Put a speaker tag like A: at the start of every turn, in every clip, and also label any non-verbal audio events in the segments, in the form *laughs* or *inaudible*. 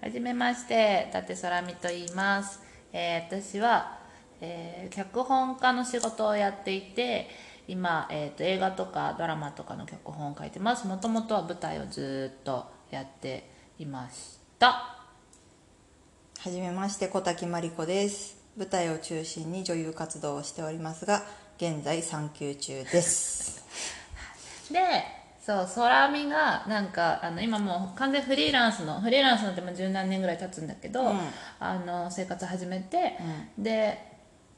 A: はじめまして、舘空美と言います。えー私は、えー脚本家の仕事をやっていて、今、えーと、映画とかドラマとかの脚本を書いてます。もともとは舞台をずーっとやっていました。
B: はじめまして小滝真理子です舞台を中心に女優活動をしておりますが現在産休中です
A: *laughs* で、そう、空美が、なんか、あの、今もう完全フリーランスの、フリーランスのってもう十何年ぐらい経つんだけど、
B: うん
A: あの、生活始めて、で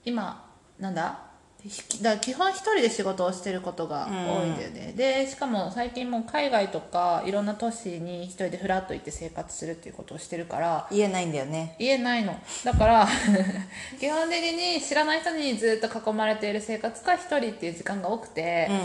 A: 今なんだひきだから基本一人で仕事をしてることが多いんだよね、でしかも最近もう海外とかいろんな都市に一人でフラッと行って生活するっていうことをしてるから
B: 言えないんだよね
A: 言えないのだから *laughs* 基本的に知らない人にずっと囲まれている生活か一人っていう時間が多くて、
B: うん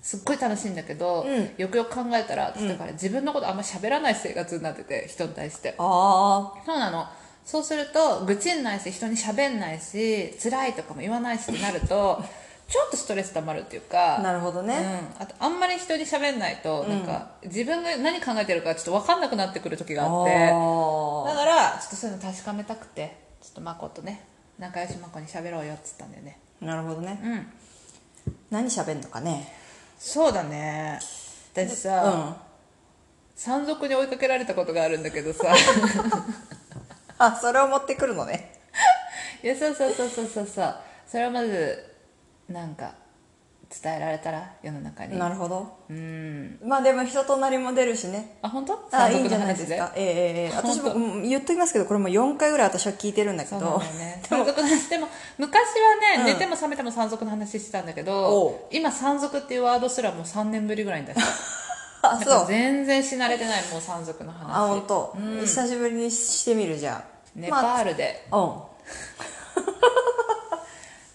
A: すっごい楽しいんだけど、
B: うん
A: よくよく考えたら私だから自分のことあんま喋らない生活になってて人に対して
B: あ
A: そうなの。そうすると、愚痴んないし、人に喋んないし、辛いとかも言わないしってなる
B: *laughs*
A: と、ちょっとストレス溜まるっていうか、
B: あなるほどね、
A: うん、あとあんまり人に喋んないと、なんか、自分が何考えてるかちょっと分かんなくなってくる時があって、だ
B: あ
A: から、ちょっとそういうの確かめたくて、ちょっとまことね、仲良しまこに喋ろうよっつったんだよね。
B: あなるほどね
A: うん。
B: 何喋んのかね
A: そうだね。私
B: う
A: さ、
B: ん
A: 山賊に追いかけられたことがあるんだけど
B: *laughs*
A: さ、
B: あそれを持ってくるのね
A: いやそうそうそうそうそうそうそれをまずなんか伝えられたら世の中に
B: なるほど
A: うん
B: まあでも人となりも出るしね
A: あ本当
B: あ
A: 山
B: いい
A: 賊
B: んじ
A: の
B: ゃない
A: 話
B: ですかええええええ私も
A: 本
B: うん言っときますけどこれも4回ぐらい私は聞いてるんだけ
A: そう
B: ど
A: なんだよね山賊の話でも昔はね、
B: うん
A: 寝ても覚めても山賊の話してたんだけ
B: お
A: ど今山賊っていうワードすらもう3年ぶりぐらいに出した
B: *laughs* あ
A: なん
B: そ
A: か
B: う
A: 全然し慣れてないもう山賊の話
B: あ本当、
A: うん
B: 久しぶりにしてみるじゃん
A: ネパールで、
B: まあ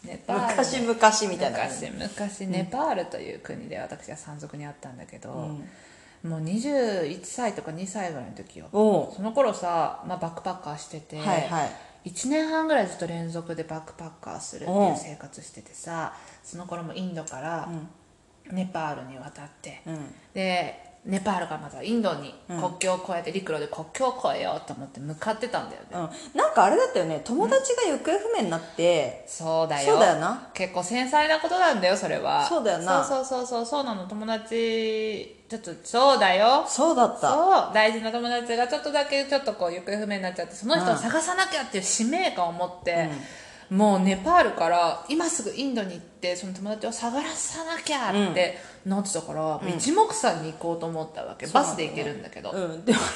A: ネパ
B: うん
A: ール
B: 昔々みたいな感じ
A: 昔昔ネパールという国で私は山賊に会ったんだけど、もう21歳とか2歳ぐらいの時よ
B: おう
A: その頃さ、まあ、バックパッカーしてて、
B: はいはい
A: 1年半ぐらいずっと連続でバックパッカーするっていう生活しててさその頃もインドからネパールに渡って、
B: うん
A: でネパールがまたインドに国境を越えて、陸路で国境を越えようと思って向かってたんだよね、
B: うん、なんかあれだったよね友達が行方不明になって、
A: そうだよ
B: そうだよな
A: 結構繊細なことなんだよそれは
B: そうだよな
A: そうそうそうそうそうなの友達ちょっとそうだよ
B: そうだった
A: そう大事な友達がちょっとだけちょっとこう行方不明になっちゃってその人を探さなきゃっていう使命感を持って、もうネパールから今すぐインドに行ってその友達を探さなきゃってなってたから、一目散に行こうと思ったわけバスで行けるんだけど、
B: うんでも *laughs*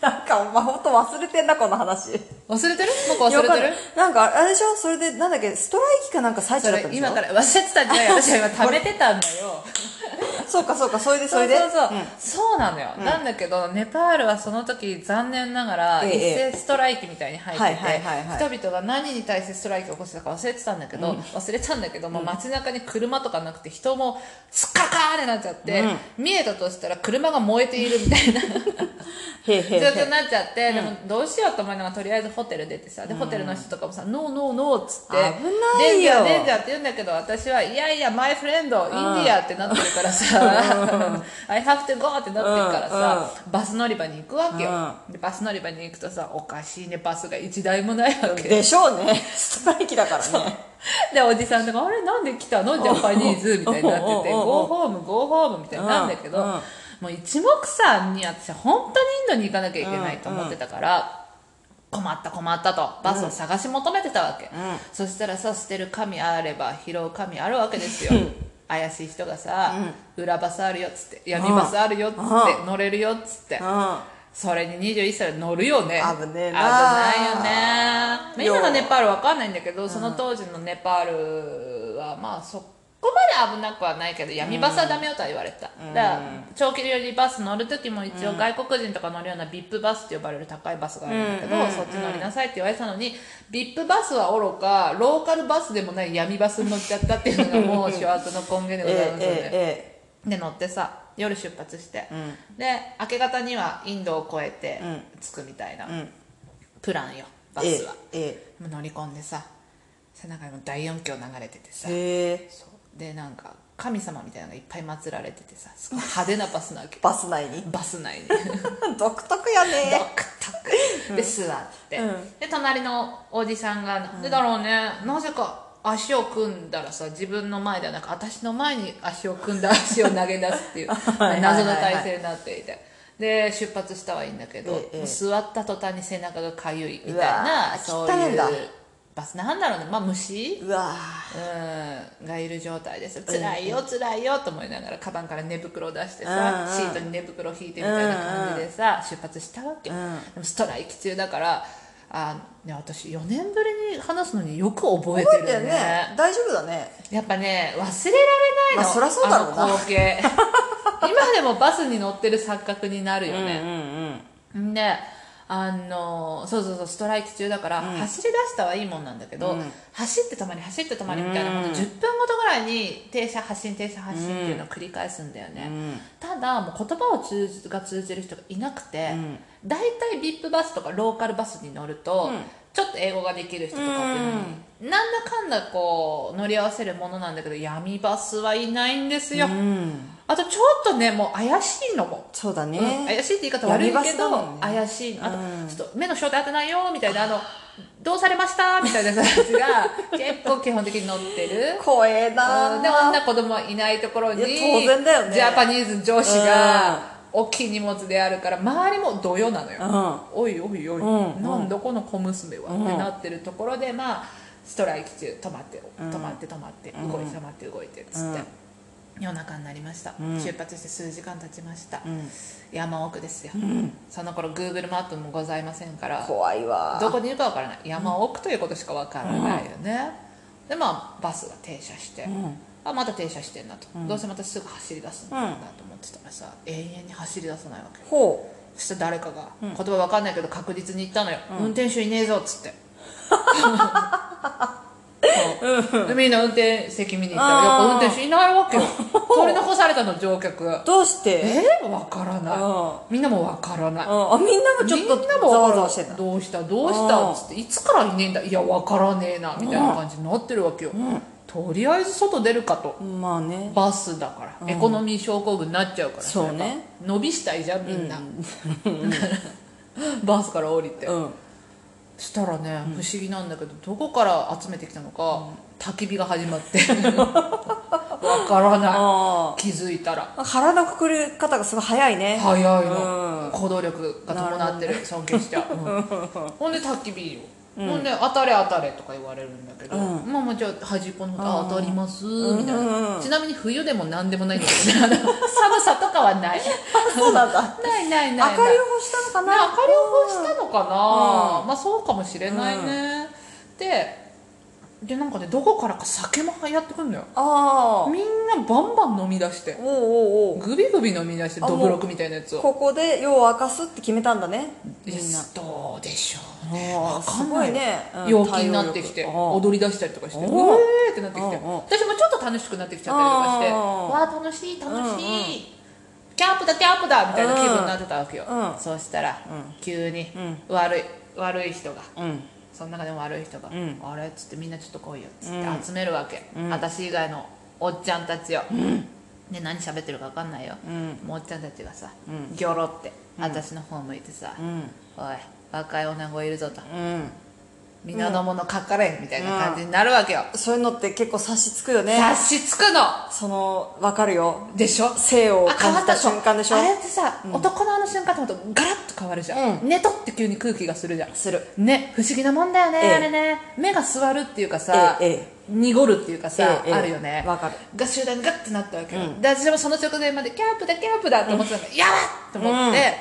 B: なんかお前ほんと忘れてんなこの話
A: 忘れてる僕忘れ
B: わか
A: て
B: ん
A: る
B: ないなんかあれでしょそれでなんだっけストライキかなんか最
A: そ
B: 中だ
A: れ
B: ったんでしょ
A: 今から忘れてたんじゃない私は今貯めてたんだよ
B: そうかそうかそれでそれで
A: そうそうそう,、
B: ん
A: そうなのよ、なんだけどネパールはその時残念ながら
B: え
A: 一
B: え
A: 斉ストライキみたいに入ってて、
B: はいはいはいはい
A: 人々が何に対してストライキを起こしてたか忘れてたんだけど、忘れちゃうんだけど、もう街中に車とかなくて人もスカカーってなっちゃって、見えたとしたら車が燃えているみたいな
B: へえへ *laughs* え
A: 状況
B: へ
A: になっちゃって、でもどうしようと思いながらとりあえずホテル出てさでホテルの人とかもさ「ノーノーノー」っつって
B: 危ないよ
A: デンジャーデンジャー」って言うんだけど私はいやいやマイフレンドインディアってなってるからさ「I *laughs* have to go」ってなってるからさ、バス乗り場に行くわけよ、でバス乗り場に行くとさおかしいねバスが1台もないわ
B: え
A: け
B: でしょうね *laughs* ストライキだからね
A: *laughs* でおじさんとか「あれなんで来たのジャパニーズ」みたいになってて「
B: うん
A: ゴーホームゴーホーム」みたいになるんだけど、
B: うんうん
A: もう一目散に私は本当にインドに行かなきゃいけないと思ってたから、困った困ったとバスを探し求めてたわけ、そしたらさ捨てる神あれば拾う神あるわけですよ怪しい人がさ、裏バスあるよっつって闇バスあるよっつって、乗れるよっつって、
B: う
A: それに21歳で乗るよね
B: 危ねえな
A: 危ないよねみんなのネパールわかんないんだけどその当時のネパールはまあそこまで危なくはないけど闇バスはダメよとは言われてた、だから長距離よりバス乗る時も一応外国人とか乗るような VIP バスって呼ばれる高いバスがあるんだけど、そっち乗りなさいって言われてたのに VIP バスはおろかローカルバスでもない闇バスに乗っちゃったっていうのがも
B: *laughs*
A: う諸悪の根源で
B: ん
A: ござい
B: え
A: ますよね、
B: ええ
A: で乗ってさ夜出発して、で明け方にはインドを越えて着くみたいな、プランよバ
B: ええ
A: スは、
B: ええ
A: もう乗り込んでさ背中にも大音響流れててさ、
B: ええへえ
A: そうでなんか神様みたいなのがいっぱい祀られててさす
B: *laughs*
A: ごい派手なバスなわけ
B: バス内に *laughs*
A: バス内に
B: 独特やね
A: 独特で座って、
B: うん
A: で隣のおじさんがなんでだろうね、なぜか足を組んだらさ自分の前ではなく私の前に足を組んだ足を投げ出すっていう
B: *laughs* はいはいはい
A: 謎の体勢になっていてで出発したはいいんだけど、
B: ええ
A: もう座った途端に背中がかゆいみたいう
B: わ
A: な
B: ー
A: そうい
B: 汚いんだ
A: うバスなんだろうねまあ虫、
B: うわ
A: うんがいる状態です辛いよ辛いよと思いながらカバンから寝袋を出してさ
B: うんうん
A: シートに寝袋を引いてみたいな感じでさ出発したわけ、
B: うん
A: でもストライキ中だからあ、ね、私4年ぶりに話すのによく覚え
B: 覚
A: て
B: え
A: るね
B: てるね大丈夫だね
A: やっぱね忘れられないの,、
B: まあそりゃそうだろうな
A: の光
B: *laughs*
A: 景今でもバスに乗ってる錯覚になるよね、
B: ん
A: であのそうそうそうストライキ中だから、走り出したはいいもんなんだけど、走ってたまに走ってたまにみたいなこと、10分ごとぐらいに停車発進停車発進っていうのを繰り返すんだよね、ただもう言葉を通じが通じる人がいなくて、大体 VIP バスとかローカルバスに乗ると、ちょっと英語ができる人とかっていうのになんだかんだこう乗り合わせるものなんだけど闇バスはいないんですよ、
B: うん
A: あとちょっとねもう怪しいのも
B: そうだね、
A: うん怪しいって言い方悪い
B: 闇バ
A: け
B: スだ
A: ど、
B: もんね
A: 怪しいあと、ちょっと目の正体当てないよみたいなあのどうされましたみたいなやつが
B: *laughs*
A: 結構基本的に乗ってる
B: 怖えな
A: うんで女子供はいないところに
B: いや当然だよね
A: ジャパニーズ上司が大きい荷物であるから周りもどよなのよ、おいおいおい、
B: うん
A: なんだこの小娘は、ってなってるところでまあストライキ中止まって止まって止まって、動いて止まって動いてっつって、夜中になりました、出発して数時間経ちました、山奥ですよ、その頃 Google マップもございませんから
B: 怖いわ
A: どこにいるかわからない山奥ということしかわからないよね、でまあバスが停車して、あまた停車してんなと、どうせまたすぐ走り出すんだろうなと思ってたらさ、永遠に走り出さないわけ
B: ほう
A: そしたら誰かが、言葉わかんないけど確実に言ったのよ、運転手いねえぞっつってそうでみんな運転席見に行ったらやっぱ運転手いないわけよ取り残されたの乗客
B: どうして
A: えー、わからない
B: うん
A: みんなもわからない
B: うんあみんなもちょっ
A: み
B: と
A: んなも
B: ざわざわしてんだ
A: どうしたどうし
B: う
A: た
B: ん
A: っつっていつからいねえんだいやわからねえなみたいな感じになってるわけよ、とりあえず外出るかと
B: まあね
A: バスだから、エコノミー症候群になっちゃうから
B: そうね
A: れは伸びしたいじゃんみんな、 *laughs* バスから降りて、
B: うん
A: したらね不思議なんだけどどこから集めてきたのか、焚き火が始まって
B: *laughs*
A: わからな
B: あ
A: い気づいたら
B: あ腹のくくり方がすごい早いね
A: 早い
B: うん
A: の行動力が伴ってる尊敬しちゃう、うんほんで焚き火を、ほんで「当たれ当たれ」とか言われるんだけど、まあまあじゃあ端っこの方あ当たります」みたいな、ちなみに冬でも何でもないんだけど、ね、あの寒さとかはない
B: そうなんだ
A: ないない
B: 明
A: ない
B: か
A: ない
B: りを欲したのか
A: ね、
B: な
A: 明かりを欲したのかな、まあそうかもしれないね、ででなんかねどこからか酒も流行ってくんのよ
B: ああ
A: みんなバンバン飲み出して
B: おうおうおう
A: グビグビ飲み出して
B: あも
A: ど
B: う
A: ぶろくみたいなやつを
B: ここで夜を明かすって決めたんだねみんな
A: ですどうでしょうね
B: あー
A: わかん
B: すごいねうん
A: 陽気になってきて
B: 対応力
A: 踊り出したりとかしてう
B: あ
A: え
B: ー
A: ーってなってきて
B: うんうん
A: 私もちょっと楽しくなってきちゃったりとかして
B: あー
A: わあ楽しい楽し
B: うんうん
A: いキャンプだキャンプだみたいな気分になってたわけよ
B: うんうん
A: そうしたら急に悪い悪い人が
B: うん
A: その中でも悪い人が
B: ん
A: 「あれ?」っつって「みんなちょっと来いよ」っつ
B: う
A: っ
B: ん
A: て集めるわけ
B: うん
A: 私以外のおっちゃんたちよで何喋ってるか分かんないよ
B: うん
A: もうおっちゃんたちがさ
B: うん
A: ギョロって私の方向いてさ
B: うん
A: おい若い女子いるぞと
B: うん
A: 皆のものかかれみたいな感じになるわけよ、
B: そういうのって結構察しつくよね
A: 察しつくの
B: その分かるよ
A: でしょ
B: 性を感じた
A: しょ
B: 瞬間でしょ
A: あれってさ、男のあの瞬間ってほんとガラッと変わるじゃん、
B: う
A: 寝とって急に空気がするじゃん
B: する
A: ね不思議なもんだよね、
B: ええ
A: あれね目が座るっていうかさ、
B: えええ
A: 濁るっていうかさ、
B: ええええ
A: あるよね
B: わかる
A: が集団にガッてなったわけよ、で私もその直前までキャンプだキャンプだと思ってたから、やばっと思って、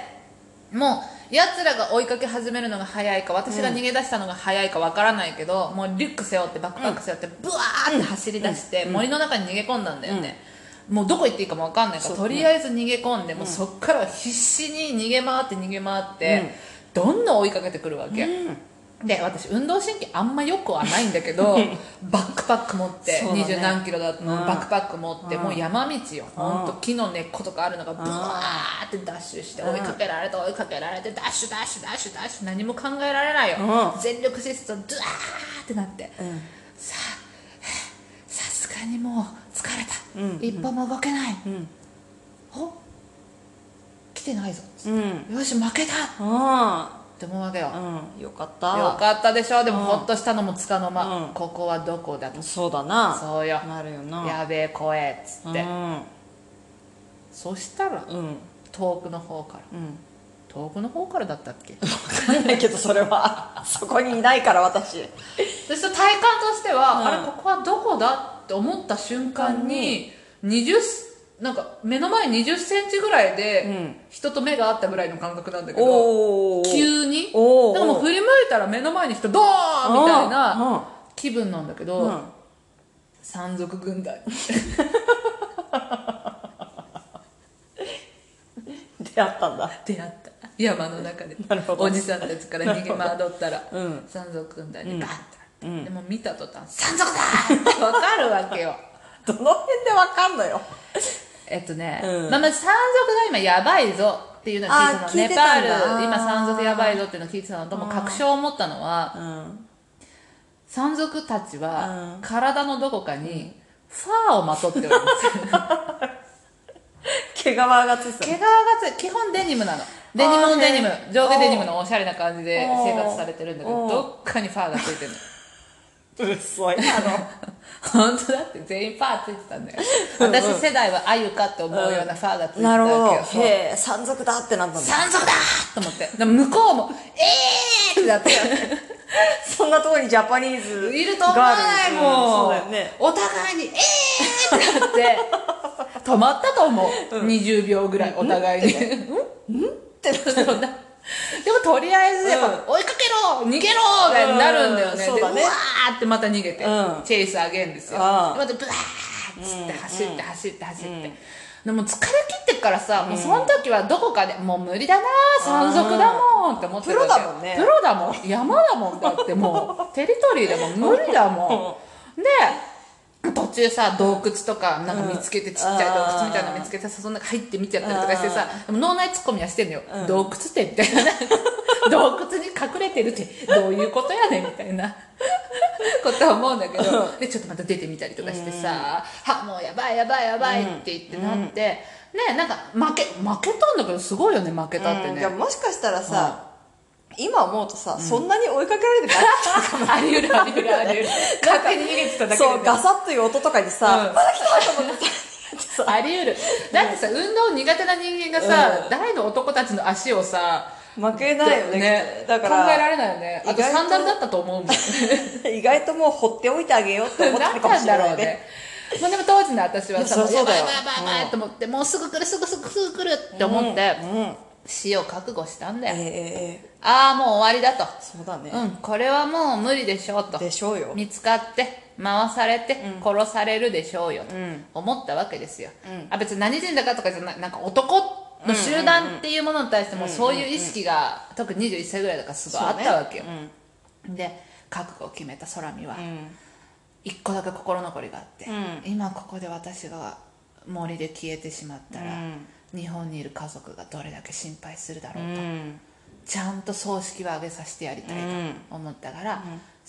A: もうやつらが追いかけ始めるのが早いか私が逃げ出したのが早いかわからないけど、もうリュック背負ってバックパック背負ってブワーって走り出して、森の中に逃げ込んだんだよね、もうどこ行っていいかもわかんないから、
B: そう
A: とりあえず逃げ込んで、もうそっから必死に逃げ回って逃げ回って、どんどん追いかけてくるわけ、で私運動神経あんまよくはないんだけどバックパック持って
B: そうだね
A: 二十、何キロだったの、
B: うん
A: バックパック持って、もう山道よ、ほんと木の根っことかあるのがブワーってダッシュして追いかけられて追いかけられてダッシュダッシュダッシュダッシュ何も考えられないよ、
B: う
A: 全力疾走ドゥワーってなって、
B: ん
A: さあさすがにもう疲れた、一歩も動けない、
B: ん
A: お来てないぞ、
B: うん
A: よし負けた
B: あ
A: って思うわけよ、よ
B: うんよかった
A: かったでしょでもほっとしたのもつかの間、
B: うん
A: ここはどこだと
B: そうだな
A: そうよ
B: なるよな
A: やべえ怖えっつって、そしたら
B: うんうん
A: 遠くの方から
B: うん
A: 遠くの方からだったっけ *laughs*
B: 分かんないけどそれはそこにいないから私
A: でその体感としては、
B: うん
A: あれここはどこだって思った瞬間に20なんか目の前2 0センチぐらいで、
B: うん
A: 人と目が合ったぐらいの感覚なんだけど
B: おお
A: 急に
B: おー
A: なんかもう振り向いたら目の前に人ドーンみたいな気分なんだけど、
B: うん
A: 山賊軍団
B: 出会ったんだ
A: 出会った山の中で
B: なるほど
A: おじさんたちから逃げ惑った *laughs* ら、
B: うん
A: 山賊軍団にガッて、
B: うん
A: でも見た途端「山賊だ!」ってわかるわけよ
B: どの辺でわかんのよ
A: *laughs* えっとね、
B: うん
A: まあまあ山賊が今やばいぞっていうのを聞いてた
B: あ
A: の
B: ー聞い
A: ネ
B: て
A: パ
B: たんだ
A: ール今
B: あー
A: 山賊やばいぞっていうのを聞いてたのとも確証を持ったのは
B: うん
A: 山賊たちは
B: うん
A: 体のどこかにファーをまとっております
B: 毛皮がつい
A: *laughs* 毛
B: て
A: 皮がつい基本デニムなのデニム
B: あ
A: も
B: ー
A: デニム
B: へー
A: 上下デニムのおしゃれな感じで
B: おー
A: 生活されてるんだけ
B: お
A: ど
B: ー
A: どっかにファーがついてるの
B: たうっそいなの
A: *laughs* 本当だって全員ファーついてたんだよ私世代はあゆかって思うようなファーがついてた
B: なるほど
A: わけよそう
B: へえ山賊だってなったんだ
A: 山賊だーと思ってでも向こうもえーってなって
B: *laughs* そんなとこにジャパニーズ
A: いると思わない
B: ガールズ
A: もん、
B: そうだよね
A: お互いにえーって
B: *laughs*
A: なって止まったと思う、20秒ぐらいお互いに
B: ってな
A: そうだでもとりあえずやっぱ、追いかけろ逃げろがなるんだよね,、
B: うんそうだね
A: でうわーってまた逃げて、
B: うん
A: チェイスあげんですよ、
B: ああ
A: でまたブワーっつって走って走って走って、でも疲れ切ってっからさ、もうその時はどこかでもう無理だなー山賊だもんって思ってるわけ
B: プロだもんね
A: プロだもん山だもんだって
B: *laughs*
A: もうテリトリーでも無理だもんで途中さ洞窟とかなんか見つけて、ちっちゃい洞窟みたいなの見つけてさその中入って見ちゃったりとかしてさでも脳内ツッコミはしてんのよ、洞窟ってみたい
B: *laughs*
A: な洞窟に隠れてるってどういうことやねんみたいなことは思うんだけどでちょっとまた出てみたりとかしてさ「はもうやばいやばいやばい」って言ってなって、ねなんか負け負けたんだけどすごいよね負けたって
B: うん
A: ね、
B: じゃあもしかしたらさ、今思うとさ、そんなに追いかけられてなか *laughs* ったかも
A: あり得るあり得るあり得る勝手に逃げてただけでね、
B: そうガサッという音とかにさ、
A: うん
B: まだ来たと思って
A: あり得るだってさ運動苦手な人間がさ、大の男たちの足をさ
B: 負けないよねだから
A: 考えられないよねあと
B: 意外と
A: サンダルだったと思うもん
B: 意外ともう放っておいてあげようって思って
A: 何
B: るかも
A: なん
B: しれ
A: だ
B: な
A: ろ
B: いう
A: ね
B: ね
A: まあでも当時の私はい
B: や
A: さ
B: そりゃそうだよ
A: もやばいやばいやばいと思って、もうすぐ来るすぐすぐすぐ来るって思って、
B: うんうん
A: 死を覚悟したんだ
B: ええ
A: よ、
B: ええ
A: ああもう終わりだと
B: そうだね、
A: うんこれはもう無理でしょうと
B: でしょうよ
A: 見つかって回されて殺されるでしょうよと思ったわけですよ、あ別に何人だかとかじゃないなんか男の集団っていうものに対してもそういう意識が特に21歳ぐらいだからすごいあったわけよ、
B: そうね
A: で覚悟を決めた空見は
B: うんうん
A: 一個だけ心残りがあって、
B: うん
A: 今ここで私が森で消えてしまったら、
B: うん
A: 日本にいる家族がどれだけ心配するだろうと、
B: うん
A: ちゃんと葬式は挙げさせてやりたいと思ったから、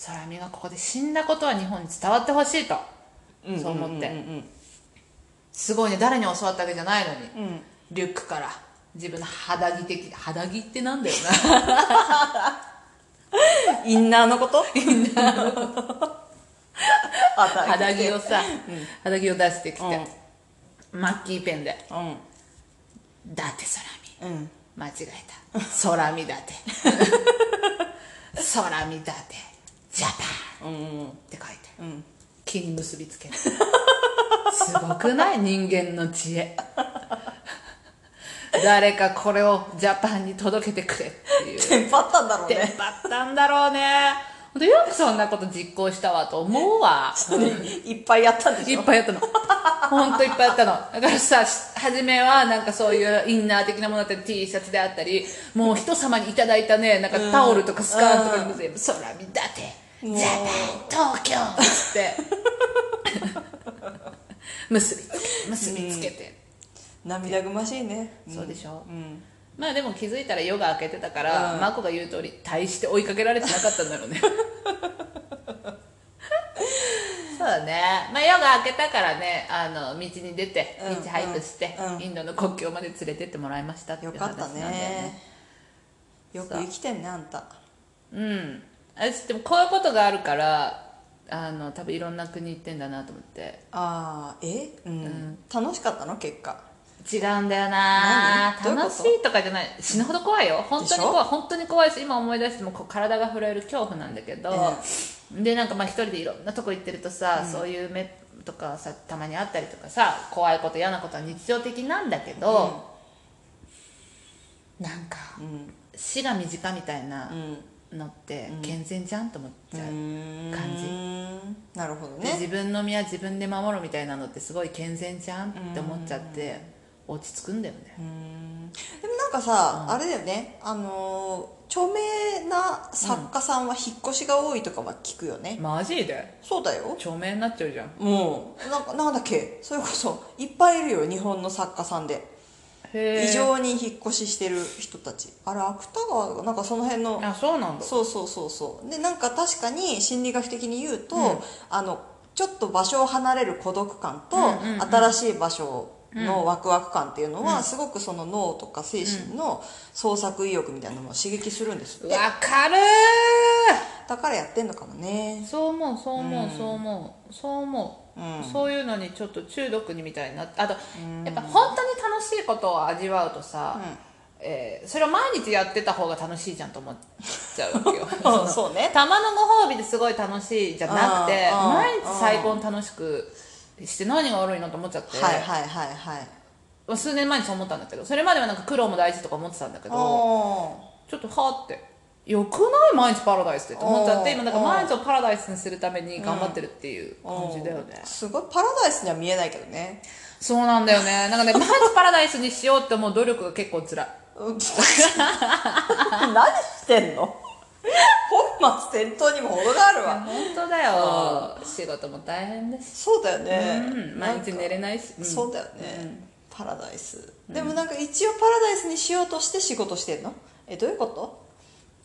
A: 空見がここで死んだことは日本に伝わってほしいと、そう思って、
B: うん
A: すごいね誰に教わったわけじゃないのに、
B: うん
A: リュックから自分の肌着的肌着ってなんだよ
B: インナーのことインナー *laughs*
A: な肌着をさ、肌着を出してきて、マッキーペンで「だって空見」
B: うんうん
A: 間違えた「
B: *laughs*
A: 空見だて」「空見だて」「ジャパン」って書いて、木に結びつけるすごくない *laughs* 人間の知恵 *laughs* 誰かこれをジャパンに届けてくれっていう
B: テンパったんだろう
A: テ
B: ね
A: ンパったんだろうね本当よくそんなこと実行したわと思うわ
B: *laughs* いっぱいやったんで
A: い
B: し
A: っ
B: ょ
A: ぱいやったの。ほんといっぱいやったの。だからさ、し初めはなんかそういうインナー的なものだったり T シャツであったり、もう人様にいただいたね、なんかタオルとかスカーフとかに全部、空見立て、ジャパン、東京つって、 *laughs* 結びつけ、結びつけて。
B: 涙ぐましいね
A: そうでしょ、
B: ん
A: まあでも気づいたら夜が明けてたから、
B: うん
A: マコが言う通り大して追いかけられてなかったんだろう
B: *laughs*
A: ねそうだね、まあ、夜が明けたからねあの道に出て
B: うん
A: 道ハイクして、
B: うん
A: インドの国境まで連れてってもらいましたってい
B: よ
A: う
B: か
A: 話
B: っ
A: な
B: た
A: んだよね
B: ねよく生きてんねあんた
A: うん私でもこういうことがあるからあの多分いろんな国行ってんだなと思って
B: あーえ、うん楽しかったの結果
A: 違うんだよな
B: 何どういうこ
A: 楽
B: と
A: しいとかじゃない死ぬほど怖いよ本当に怖い本当に怖いし今思い出してもこう体が震える恐怖なんだけど、でなんかまあ一人でいろんなとこ行ってるとさ、そういう目とかさたまにあったりとかさ怖いこと嫌なことは日常的なんだけど、なんか
B: うん
A: 死が身近みたいな
B: うん
A: のって健全じゃんと思っちゃう、感じ
B: じなるほど
A: で
B: ね
A: 自分の身は自分で守るみたいなのってすごい健全じゃんって思っちゃって落ち着くんだよね、
B: でもなんかさ、あれだよねあのー著名な作家さんは引っ越しが多いとかは聞くよね、
A: マジで
B: そうだよ
A: 著名になっちゃうじゃん
B: もうなんかなんだっけそれこそいっぱいいるよ日本の作家さんで
A: へ
B: 異常に引っ越ししてる人たちあれ芥川とかなんかその辺の
A: あそうなんだ
B: そうそうそうそうでなんか確かに心理学的に言うと、
A: うん
B: あのちょっと場所を離れる孤独感と、
A: うんうんうん
B: 新しい場所のワクワク感っていうのは、すごくその脳とか精神の創作意欲みたいなのを刺激するんですって
A: わかる
B: だからやってんのかも
A: ー
B: ね
A: そう思うそう思うそう思うそう思う、
B: うん
A: そういうのにちょっと中毒にみたいになってあと、やっぱ本当に楽しいことを味わうとさ、えーそれを毎日やってた方が楽しいじゃんと思っちゃうわけよ
B: *laughs* そうそうね
A: たまのご褒美ですごい楽しいじゃなくて
B: あーあ
A: 毎
B: ー
A: 日最高に楽しくして何が悪いのと思っちゃって、
B: はいはいはいはい
A: 数年前にそう思ったんだけどそれまではなんか苦労も大事とか思ってたんだけど
B: あ
A: ちょっとはーってよくない毎日パラダイスってって思っちゃって
B: おー
A: 今なんか毎日をパラダイスにするために頑張ってるっていう感じだよね、
B: ーすごいパラダイスには見えないけど
A: *laughs*
B: ね
A: そうなんだよねなんかね毎日パラダイスにしようって思う努力が結構辛い
B: うん何してんの本末転倒にも程があるわ
A: 本当だよ仕事も大変だし、
B: そうだよね、
A: うん、毎日寝れ
B: い、
A: ないし、うん
B: そうだよね、パラダイスでもなんか一応パラダイスにしようとして仕事してんのえどういうこ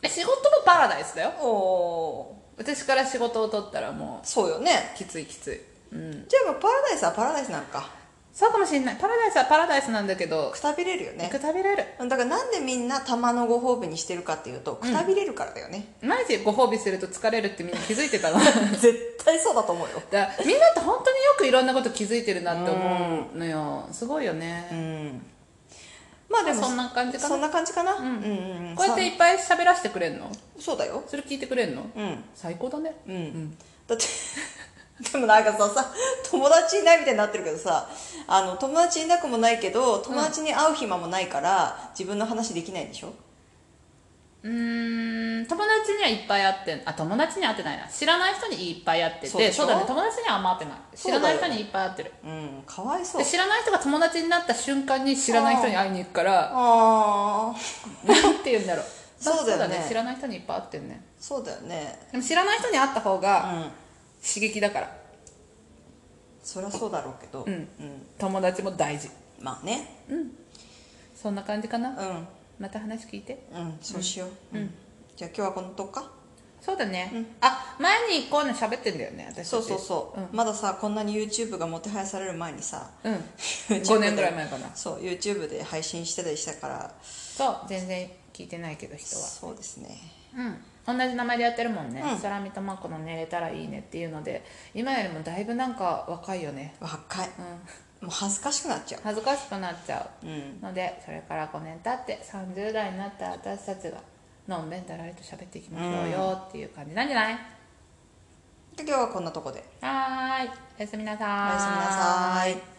A: え仕事もパラダイスだよ
B: とお
A: 私から仕事を取ったらも
B: そうよ
A: う
B: ね
A: きついきつい、うん、
B: じゃあパラダイスはパラダイスなんか
A: そうかもしれないパラダイスはパラダイスなんだけど
B: くたびれるよね
A: くたびれる
B: だからなんでみんな玉のご褒美にしてるかっていうとくたびれるからだよね、
A: 毎日ご褒美すると疲れるってみんな気づいてたの
B: 絶対そうだと思うよ
A: だからみんなって本当によくいろんなこと気づいてるなって思うのよすごいよ
B: う
A: ね、
B: んまあでも
A: そんな感じかな
B: そんな感じかな、うんうんうん
A: こうやっていっぱい喋らせてくれんの
B: そそうだよ
A: それ聞いてくれんの、
B: うん
A: 最高だね
B: うん、だって *laughs* でもなんかささ友達いないみたいになってるけどさあの友達いなくもないけど友達に会う暇もないから、自分の話できないんでしょ
A: うーん友達にはいっぱい会ってあ友達には会ってないな知らない人にいっぱい会ってて
B: そうでしょ
A: だね友達にはあんま会ってない知らない人にいっぱい会ってる
B: うんかわいそう
A: で知らない人が友達になった瞬間に知らない人に会いに行くから
B: *laughs* ああ
A: なんて言うんだろう
B: *laughs* そうだよね
A: 知らない人にいっぱい会ってるね
B: そうだよね
A: でも知らない人に会った方
B: う
A: が
B: ん
A: 刺激だから
B: そりゃそうだろうけど
A: うん友達も大事
B: まあね
A: そんな感じかな、
B: うん
A: また話聞いて
B: うんそうしよう、うんじゃあ今日はこのとこか
A: そうだね、あ前にこういうの喋ってんだよね私たち
B: そうそうそう、まださこんなに YouTube がもてはやされる前にさ
A: うん、うん、5年ぐ
B: *laughs*
A: らい前かな
B: そう YouTube で配信してたりしたから
A: そう全然聞いてないけど人は
B: そうですね
A: うん、同じ名前でやってるもんね
B: う
A: 「
B: ん
A: 空見とまこの寝れたらいいね」っていうので今よりもだいぶなんか若いよね、
B: 若い
A: うん、
B: もう恥ずかしくなっちゃう
A: 恥ずかしくなっちゃう、
B: うん
A: のでそれから5年経って30代になった私たちがのんべんだらりと喋っていきましょうよっていう感じなんじゃない
B: で今日はこんなとこで
A: はーいおやすみなさ
B: お
A: ーい
B: やすみなさい